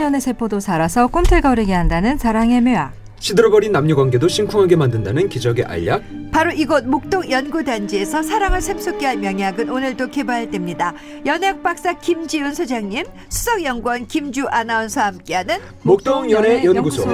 사람의 세포도 살아서 꿈틀거리게 한다는 사랑의 묘학. 시들어버린 남녀 관계도 심쿵하게 만든다는 기적의 알약 바로 이곳 목동 연구단지에서 사랑을 샘솟게 할 명약은 오늘도 개발됩니다. 연예학 박사 김지훈 소장님, 수석연구원 김주 아나운서와 함께하는 목동 연애 연구소.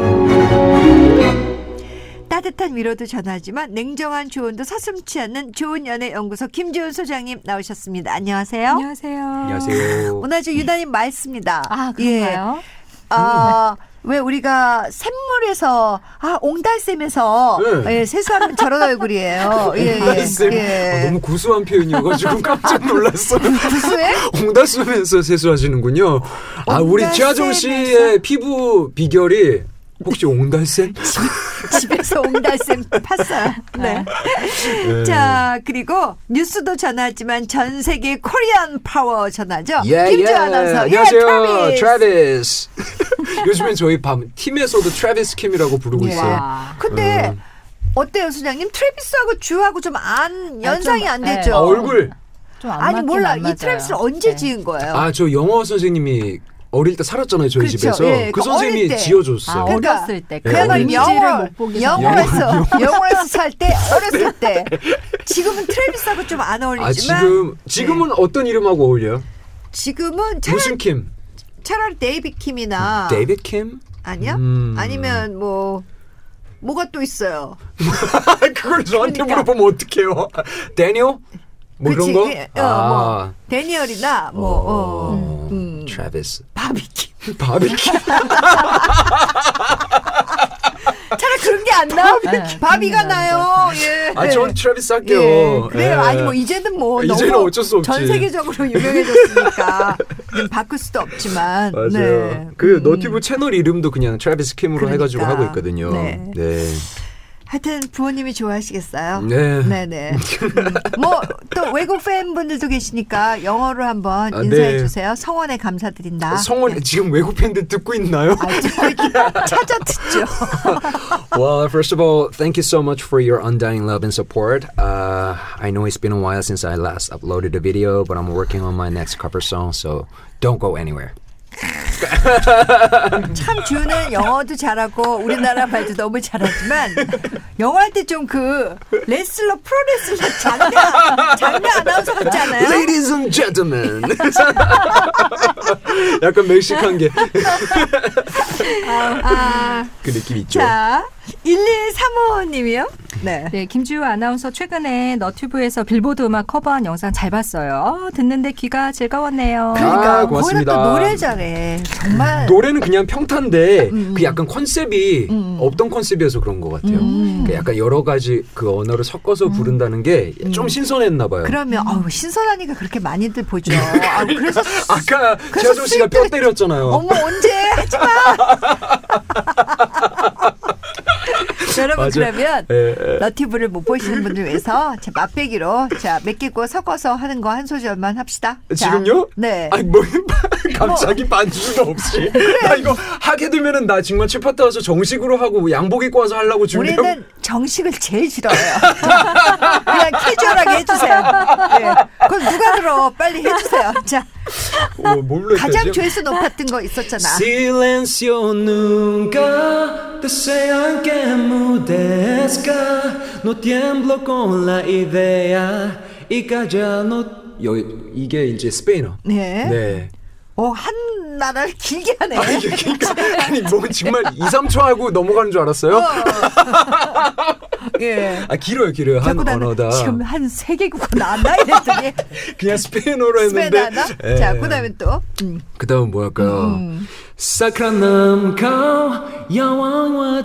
따뜻한 위로도 전하지만 냉정한 조언도 서슴치 않는 좋은 연애 연구소 김지훈 소장님 나오셨습니다. 안녕하세요. 안녕하세요. 안녕하세요. 오늘 아주 유난히 맑습니다. 아 그런가요? 음. 예. 아, 왜 우리가 샘물에서 아 옹달샘에서 네. 예, 세수하면 저런 얼굴이에요. 예, 옹달샘. 어, 예. 네, 너무 구수한 표현이어가지고 깜짝 놀랐어요. 구수해? 옹달 쓰면서 세수하시는군요. 아 우리 옹달 최하정 씨의 쓰면서. 피부 비결이 혹시 옹달샘? 집에서 옹달샘 팠어요. 네. 네. 자, 그리고 뉴스도 전하지만 전 세계 코리안 파워 전하죠. 예, 김주 예. 아나운서. 안녕하세요. 예, 트래비스. 트래비스. 요즘엔 저희 밤 팀에서도 트래비스 킴이라고 부르고 예. 있어요. 근데 음. 어때요, 소장님? 트래비스하고 주하고 좀 안 연상이 좀, 안 예. 되죠. 아, 얼굴. 좀안 네. 네. 아니 몰라. 이 트래비스를 언제 지은 거예요? 아 저 영어 선생님이 어릴 때 살았잖아요 저희 그렇죠. 집에서 예, 그 그 어릴 선생님이 때. 아, 지어줬어요. 그러니까 어렸을 때. 그 그야말로 이미지를 영어, 못 보기 전에. 네. 영어에서 영어에서 살 때 어렸을 때 지금은 트래비스하고 좀 안 아, 어울리지만 지금 지금은 어떤 이름하고 어울려요? 지금은 네. 차라리, 아. 무슨 킴? 차라리 데이비 킴이나 데이빗 킴? 아니야? 음. 아니면 뭐 뭐가 또 있어요? 그걸 저한테 그러니까. 물어보면 어떡해요? 데니오? 뭐 그치, 이런 거? 아. 그게, 어, 뭐 데니얼이나 뭐 어, 어, 음. 트래비스. 바비킴 바비킴. 차라리 그런 게 안 나? 바비가 네, 나요. 예. 아, 전 트래비스 할게요. 예, 그래요. 예. 아니 뭐 이제는 뭐 이제는 너무 어쩔 수 없지. 전 세계적으로 유명해졌으니까 이제 바꿀 수도 없지만. 맞아요. 네. 그 너튜브 채널 이름도 그냥 트래비스 킴으로 그러니까. 해가지고 하고 있거든요. 네. 네. 하여튼 부모님이 좋아하시겠어요. 네. 네네. 뭐 또 외국 팬분들도 계시니까 영어로 한번 아, 인사해 네. 주세요. 성원에 감사드린다. 아, 성원 지금 외국 팬들 듣고 있나요? 찾아 듣죠. well, first of all, thank you so much for your undying love and support. Uh, I know it's been a while since I last uploaded a video, but I'm working on my next cover song, so don't go anywhere. 참 주는 영어도 잘하고 우리나라 말도 너무 잘하지만 영어 할 때 좀 그 레슬러 프로레슬러 장례 장례 아나운서 같지 않아요? Ladies and gentlemen. 약간 멕시칸 게그 어, 아, 느낌 있죠. 자, 1135님이요? 네. 네, 김주호 아나운서 최근에 너튜브에서 빌보드 음악 커버한 영상 잘 봤어요. 어, 듣는데 귀가 즐거웠네요. 그러니까 아, 거기는 고맙습니다. 또 노래 잘해. 정말 노래는 그냥 평탄데 음, 그 약간 컨셉이 없던 컨셉이어서 그런 것 같아요. 음. 그 약간 여러 가지 그 언어를 섞어서 부른다는 게 좀 신선했나 봐요. 음. 그러면 어우 신선하니까 그렇게 많이들 보죠. 아, 그래서 네. 아까 그래서 최하정 씨가 뼈 스윗하게- 때렸잖아요. 어머 언제 하지 마. 여러분 맞아요. 그러면 예, 예. 너티브를 못 보시는 분들 위해서 자, 맛배기로 자, 몇 개 고 섞어서 하는 거 한 소절만 합시다. 자, 지금요? 네. 뭐. 아니 뭐 갑자기 반주도 없이 나 이거 하게 되면은 나 정말 칠파타 와서 정식으로 하고 양복 입고 와서 하려고 준비하고 우리는 정식을 제일 싫어해요. 그냥 캐주얼하게 해주세요. 네. 그럼 누가 들어? 빨리 해주세요. 자, 어, 뭘로 가장 했지? 조회수 높았던 거 있었잖아. Silencio nunca desean que mudezca No tiemblo con la idea y calla no 여, 이게 이제 스페인어 네. 네. 어, 한 나라를 길게 하네. 아니, 그러니까, 아니 뭐 정말 2, 3초 하고 넘어가는 줄 알았어요? 예. 아 길어요 길어요 한 자꾸 나는 언어다 지금 한 세 개국어 나왔나 이랬더니 그냥 스페인어로 했는데 스페인어 나 예. 자, 그다음에 또 음. 그다음 뭐할까요? 사크라남카 야왕와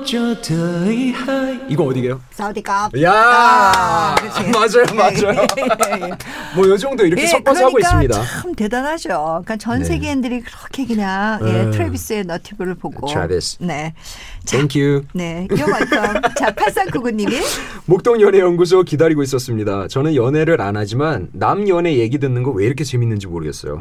저트이하이 이거 어디게요? 사우디가. 야 아, 그치. 맞아요 맞아요 예, 예, 예. 뭐 요 정도 이렇게 예, 섞어서 하고 그러니까 있습니다 참 대단하죠. 그러니까 전 네. 세계인들이 그렇게 그냥 예, 음. 트래비스의 너튜브를 보고. 트래비스. 네. 자, Thank you 네, you're welcome. 자, 8399님이 목동 연애 연구소 기다리고 있었습니다 저는 연애를 안 하지만 남 연애 얘기 듣는 거 왜 이렇게 재밌는지 모르겠어요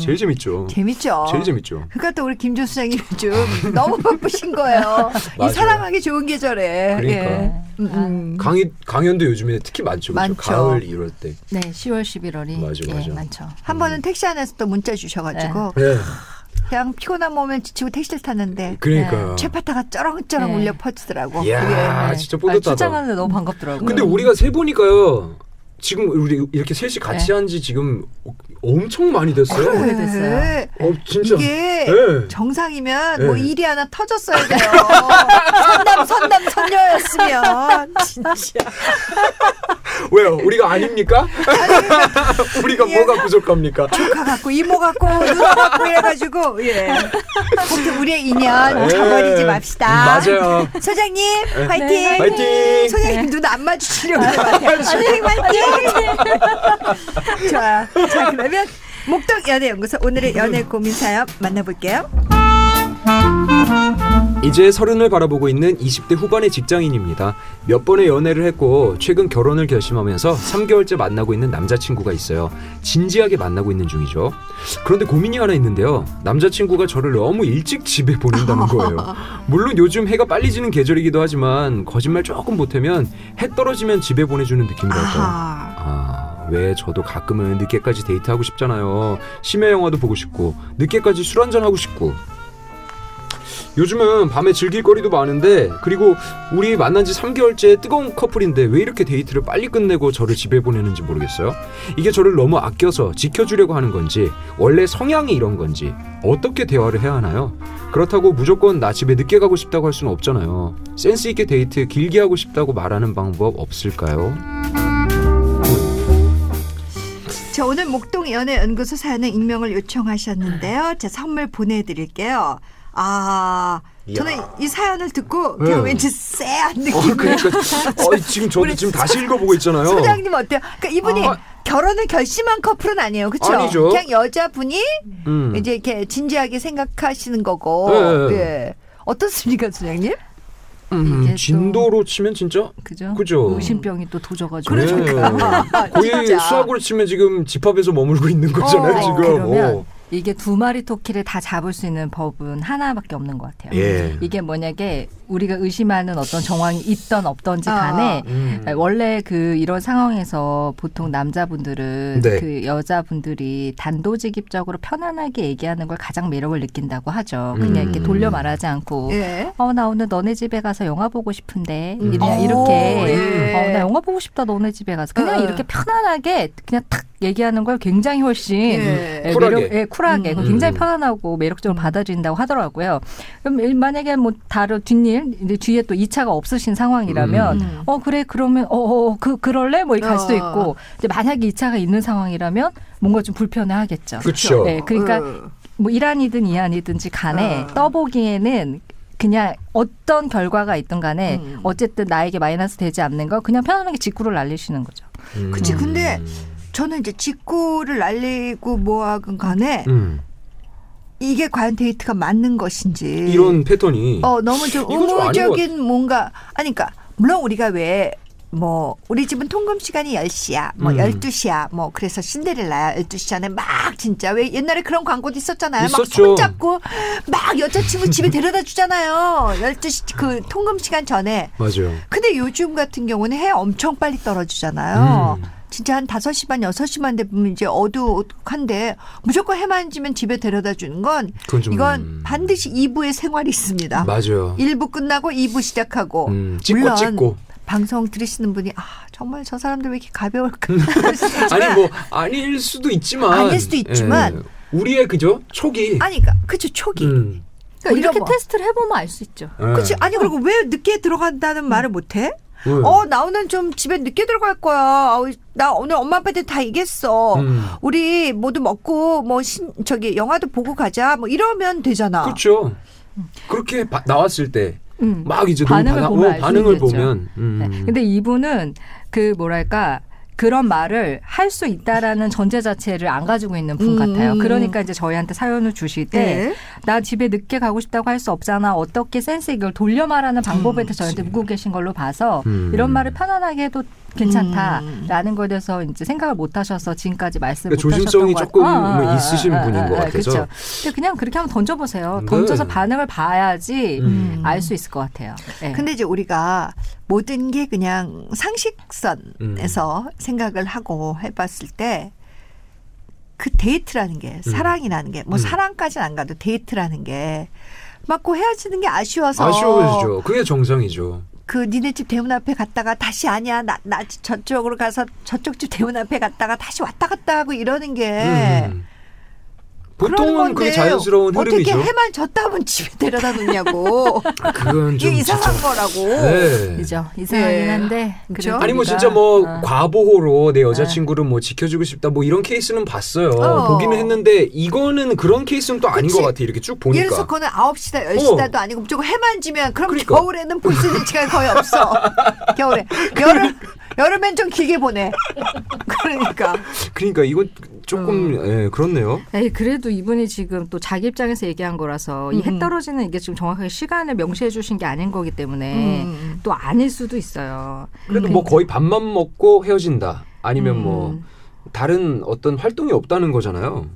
제일 재밌죠 음. 재밌죠. 제일 재밌죠 그러니까 또 우리 김조수 장님 요즘 너무 바쁘신 거예요. 이 맞아요. 사랑하기 좋은 계절에. 그러니까. 예. 음, 음. 강의 강연도 요즘에 특히 많죠 그죠 많죠. 가을 이럴 때 네, 10월 11월이 맞아, 맞아. 많죠. 한 번은 택시 안에서 또 문자 주셔가지고 네. 그냥 피곤한 몸에 지치고 택시를 탔는데 네, 그러니까. 최파타가 쩌렁쩌렁 네. 울려 퍼지더라고. 이야, 네. 진짜 아, 뿌듯하다. 출장하는데 너무 반갑더라고요. 근데 음. 우리가 세 보니까요. 지금 우리 이렇게 셋이 같이 네. 한 지 지금 엄청 많이 그래. 됐어요. 오래됐어요. 어, 진짜. 이게 네. 정상이면 네. 뭐 일이 하나 터졌어야 돼요. 선남 선남 선녀였으면 진짜 왜요? 우리가 아닙니까? 우리가 뭐가 부족합니까? 조카 같고 이모 같고 누나 같고 이래가지고 예. 아무튼 우리의 인연 네. 저버리지 맙시다. 맞아요. 소장님 파이팅. 네, 파이팅! 소장님 눈 안 마주치려고 하는 것 같아요. 소장님 파이팅. 좋아요. 자 그러면 목동 연애연구소 오늘의 연애 고민 사연 만나볼게요. 이제 서른을 바라보고 있는 20대 후반의 직장인입니다. 몇 번의 연애를 했고 최근 결혼을 결심하면서 3개월째 만나고 있는 남자친구가 있어요. 진지하게 만나고 있는 중이죠. 그런데 고민이 하나 있는데요. 남자친구가 저를 너무 일찍 집에 보낸다는 거예요. 물론 요즘 해가 빨리 지는 계절이기도 하지만 거짓말 조금 보태면 해 떨어지면 집에 보내주는 느낌이랄까요. 아하. 아, 왜 저도 가끔은 늦게까지 데이트하고 싶잖아요. 심야 영화도 보고 싶고, 늦게까지 술 한잔하고 싶고. 요즘은 밤에 즐길 거리도 많은데, 그리고 우리 만난 지 3개월째 뜨거운 커플인데 왜 이렇게 데이트를 빨리 끝내고 저를 집에 보내는지 모르겠어요. 이게 저를 너무 아껴서 지켜주려고 하는 건지, 원래 성향이 이런 건지, 어떻게 대화를 해야 하나요? 그렇다고 무조건 나 집에 늦게 가고 싶다고 할 수는 없잖아요. 센스 있게 데이트 길게 하고 싶다고 말하는 방법 없을까요? 자, 오늘 목동 연애 연구소 사연은 익명을 요청하셨는데요. 자, 선물 보내드릴게요. 아, 저는 이야. 이 사연을 듣고 그냥 네. 왠지 쎄한 어, 느낌. 그러니까 어, 지금 저도 지금 다시 읽어보고 있잖아요. 소장님 어때요? 그러니까 이분이 아. 결혼을 결심한 커플은 아니에요, 그렇죠? 아니죠. 그냥 여자분이 음. 이제 이렇게 진지하게 생각하시는 거고. 네. 예. 어떻습니까, 소장님? 음, 이게 또- 진도로 치면 진짜 그죠? 그죠. 의심병이 또 도져가지고. 그러니까. 네. 거의 아, 진짜. 수학으로 치면 지금 집합에서 머물고 있는 거잖아요 어, 지금. 그러면 어. 이게 두 마리 토끼를 다 잡을 수 있는 법은 하나밖에 없는 것 같아요. 예. 이게 뭐냐게 우리가 의심하는 어떤 정황이 있던 없던지 아. 간에 음. 원래 그 이런 상황에서 보통 남자분들은 네. 그 여자분들이 단도직입적으로 편안하게 얘기하는 걸 가장 매력을 느낀다고 하죠. 음. 그냥 이렇게 돌려 말하지 않고 예. 어 나 오늘 너네 집에 가서 영화 보고 싶은데 음. 그냥 오, 이렇게 어, 예. 어 나 영화 보고 싶다 너네 집에 가서 그냥 어. 이렇게 편안하게 그냥 탁 얘기하는 걸 굉장히 훨씬 예. 예, 쿨하게. 매력, 예, 쿨하게 음. 굉장히 음. 편안하고 매력적으로 받아들인다고 하더라고요. 그럼 일- 만약에 뭐 다른 뒷일 이제 뒤에 또 2차가 없으신 상황이라면 음. 어 그래 그러면 어어그 그럴래 뭐 이렇게 갈 수도 어. 있고 이제 만약에 2차가 있는 상황이라면 뭔가 좀 불편해하겠죠. 그쵸. 네, 그러니까 어. 뭐 일안이든 이안이든지 간에 어. 떠보기에는 그냥 어떤 결과가 있든 간에 음. 어쨌든 나에게 마이너스 되지 않는 거 그냥 편안하게 직구를 날리시는 거죠. 음. 그치, 근데- 저는 이제 직구를 날리고 뭐하건 간에 음. 이게 과연 데이트가 맞는 것인지 이런 패턴이 네. 어 너무 좀 음. 이거 좀 아닌 우호적인 뭔가 아니 그러니까 물론 우리가 왜 뭐 우리 집은 통금 시간이 10시야. 뭐 음. 12시야. 뭐 그래서 신데렐라야. 12시 전에 막 진짜 왜 옛날에 그런 광고도 있었잖아요. 있었죠. 막 손잡고 막 여자친구 집에 데려다 주잖아요. 12시 그 통금 시간 전에. 맞아요. 근데 요즘 같은 경우는 해 엄청 빨리 떨어지잖아요. 음. 진짜 한 5시 반 6시 반 되면 이제 어두한데 무조건 해만 지면 집에 데려다 주는 건 그건 좀 음. 이건 반드시 2부의 생활이 있습니다. 맞아요. 1부 끝나고 2부 시작하고 음, 찍고 뭐 물론 찍고. 방송 들으시는 분이 아 정말 저 사람들 왜 이렇게 가벼울까 음. 아니 뭐 아닐 수도 있지만 아닐 수도 있지만. 예. 우리의 그죠 초기. 아니 그러니까 그쵸 초기 음. 그러니까 이런 뭐 이렇게 거. 테스트를 해보면 알 수 있죠. 예. 그치 아니 그리고 왜 늦게 음. 들어간다는 말을 못해? 예. 어 나오는 좀 집에 늦게 들어갈 거야 아우, 나 오늘 엄마 아빠한테 다 얘기했어 음. 우리 모두 먹고 뭐 신, 저기 영화도 보고 가자 뭐 이러면 되잖아 그렇죠. 그렇게 바- 나왔을 때 막 음. 이제 너무 반응을 받아- 보면 어, 알 수 반응을 있겠죠. 보면 음. 네. 근데 이분은 그 뭐랄까 그런 말을 할 수 있다라는 전제 자체를 안 가지고 있는 분 음. 같아요. 그러니까 이제 저희한테 사연을 주실 때 나 네. 집에 늦게 가고 싶다고 할 수 없잖아. 어떻게 센스 이걸 돌려 말하는 방법에 대해서 저희한테 묻고 계신 걸로 봐서 음. 이런 말을 편안하게 해도 괜찮다라는 것에 대해서 이제 생각을 못 하셔서 지금까지 말씀을 그러니까 못 조심성이 하셨던 조금 뭐 것 같- 아, 아, 아, 있으신 아, 분인 아, 것 아, 같아서. 그렇죠. 근데 그냥 그렇게 한번 던져보세요. 네. 던져서 반응을 봐야지 음. 알 수 있을 것 같아요. 네. 근데 이제 우리가 모든 게 그냥 음. 상식선에서 생각을 하고 해봤을 때 그 데이트라는 게 사랑이라는 게 뭐 음. 사랑까지는 안 가도 데이트라는 게 맞고 헤어지는 게 아쉬워서 아쉬워지죠. 그게 정상이죠. 그 니네 집 대문 앞에 갔다가 다시 아니야 나, 나 저쪽으로 가서 저쪽 집 대문 앞에 갔다가 다시 왔다 갔다 하고 이러는 게 음. 네. 그런 보통은 그게 건데 자연스러운 흐름이죠. 어떻게 해만 졌다면 집에 데려다 놓냐고 그건 이게 좀 이상한 진짜- 거라고 네. 그죠. 이상하긴 예. 한데. 그죠? 그래도 아니 뭐 우리가, 진짜 뭐 어. 과보호로 내 여자친구를 뭐 지켜주고 싶다 뭐 이런 케이스는 봤어요. 네. 어. 보기는 했는데 이거는 그런 케이스는 또 아닌 그치. 것 같아 이렇게 쭉 예를 들어서 보니까. 어. 그거는 9시다 10시다도 아니고 무조건 해만 지면 그럼 그러니까. 겨울에는 볼 수 있는 시간이 거의 없어 겨울에 여름 여름엔 좀 길게 보내 그러니까 그러니까 이건 조금 음. 예, 그렇네요. 에이, 그래도 이분이 지금 또 자기 입장에서 얘기한 거라서 이 해 음. 떨어지는 이게 지금 정확하게 시간을 명시해 주신 게 아닌 거기 때문에 음. 또 아닐 수도 있어요. 그래도 뭐 거의 밥만 먹고 헤어진다. 아니면 음. 뭐 다른 어떤 활동이 없다는 거잖아요.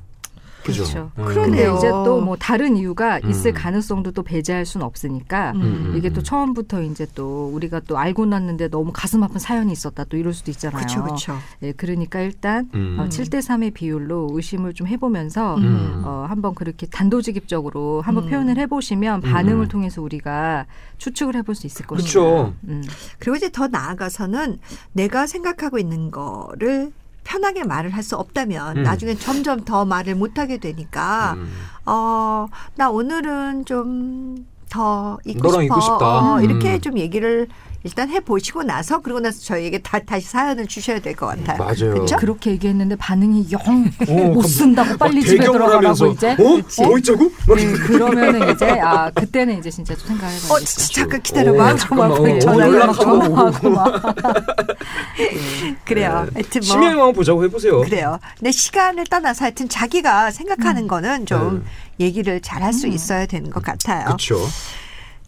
그죠? 그렇죠. 음. 근데 그러네요. 이제 또 뭐 다른 이유가 있을 음. 가능성도 또 배제할 수는 없으니까 음. 이게 또 처음부터 이제 또 우리가 또 알고 났는데 너무 가슴 아픈 사연이 있었다 또 이럴 수도 있잖아요. 그렇죠 그렇죠 예, 그러니까 일단 음. 어, 7대 3의 비율로 의심을 좀 해보면서 음. 어, 한번 그렇게 단도직입적으로 한번 음. 표현을 해보시면 반응을 음. 통해서 우리가 추측을 해볼 수 있을 것입니다. 그렇죠. 음. 그리고 이제 더 나아가서는 내가 생각하고 있는 거를 편하게 말을 할 수 없다면 음. 나중에 점점 더 말을 못하게 되니까 음. 어, 나 오늘은 좀 더 있고 싶어. 너랑 있고 싶다. 어, 이렇게 음. 좀 얘기를 일단 해 보시고 나서 그러고 나서 저희에게 다, 다시 사연을 주셔야 될 것 같아요. 맞아요. 그쵸? 그렇게 얘기했는데 반응이 영 어, 못 갑- 쓴다고 빨리 막 집에 대경을 하면서, 들어가라고 이제 어? 뭐 있자고? 막 음, 그러면은 이제 아 그때는 이제 진짜 좀 어, 생각해봐야겠다. 진짜 잠깐 기다려봐. 음, 오, 잠깐만. 어, 전화 연락하고 연락 오고. 네. 그래요. 하여튼 뭐. 심야의 왕 보자고 해보세요. 그래요. 근데 시간을 떠나서 하여튼 자기가 음. 생각하는 거는 좀 얘기를 잘 할 수 있어야 되는 것 같아요. 네. 그렇죠.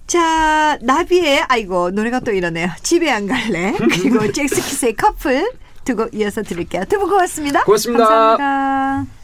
자, 나비의 아이고 노래가 또 이러네요. 집에 안 갈래. 그리고 잭스키스의 커플 두 곡 이어서 들을게요. 두 분 고맙습니다. 고맙습니다. 감사합니다.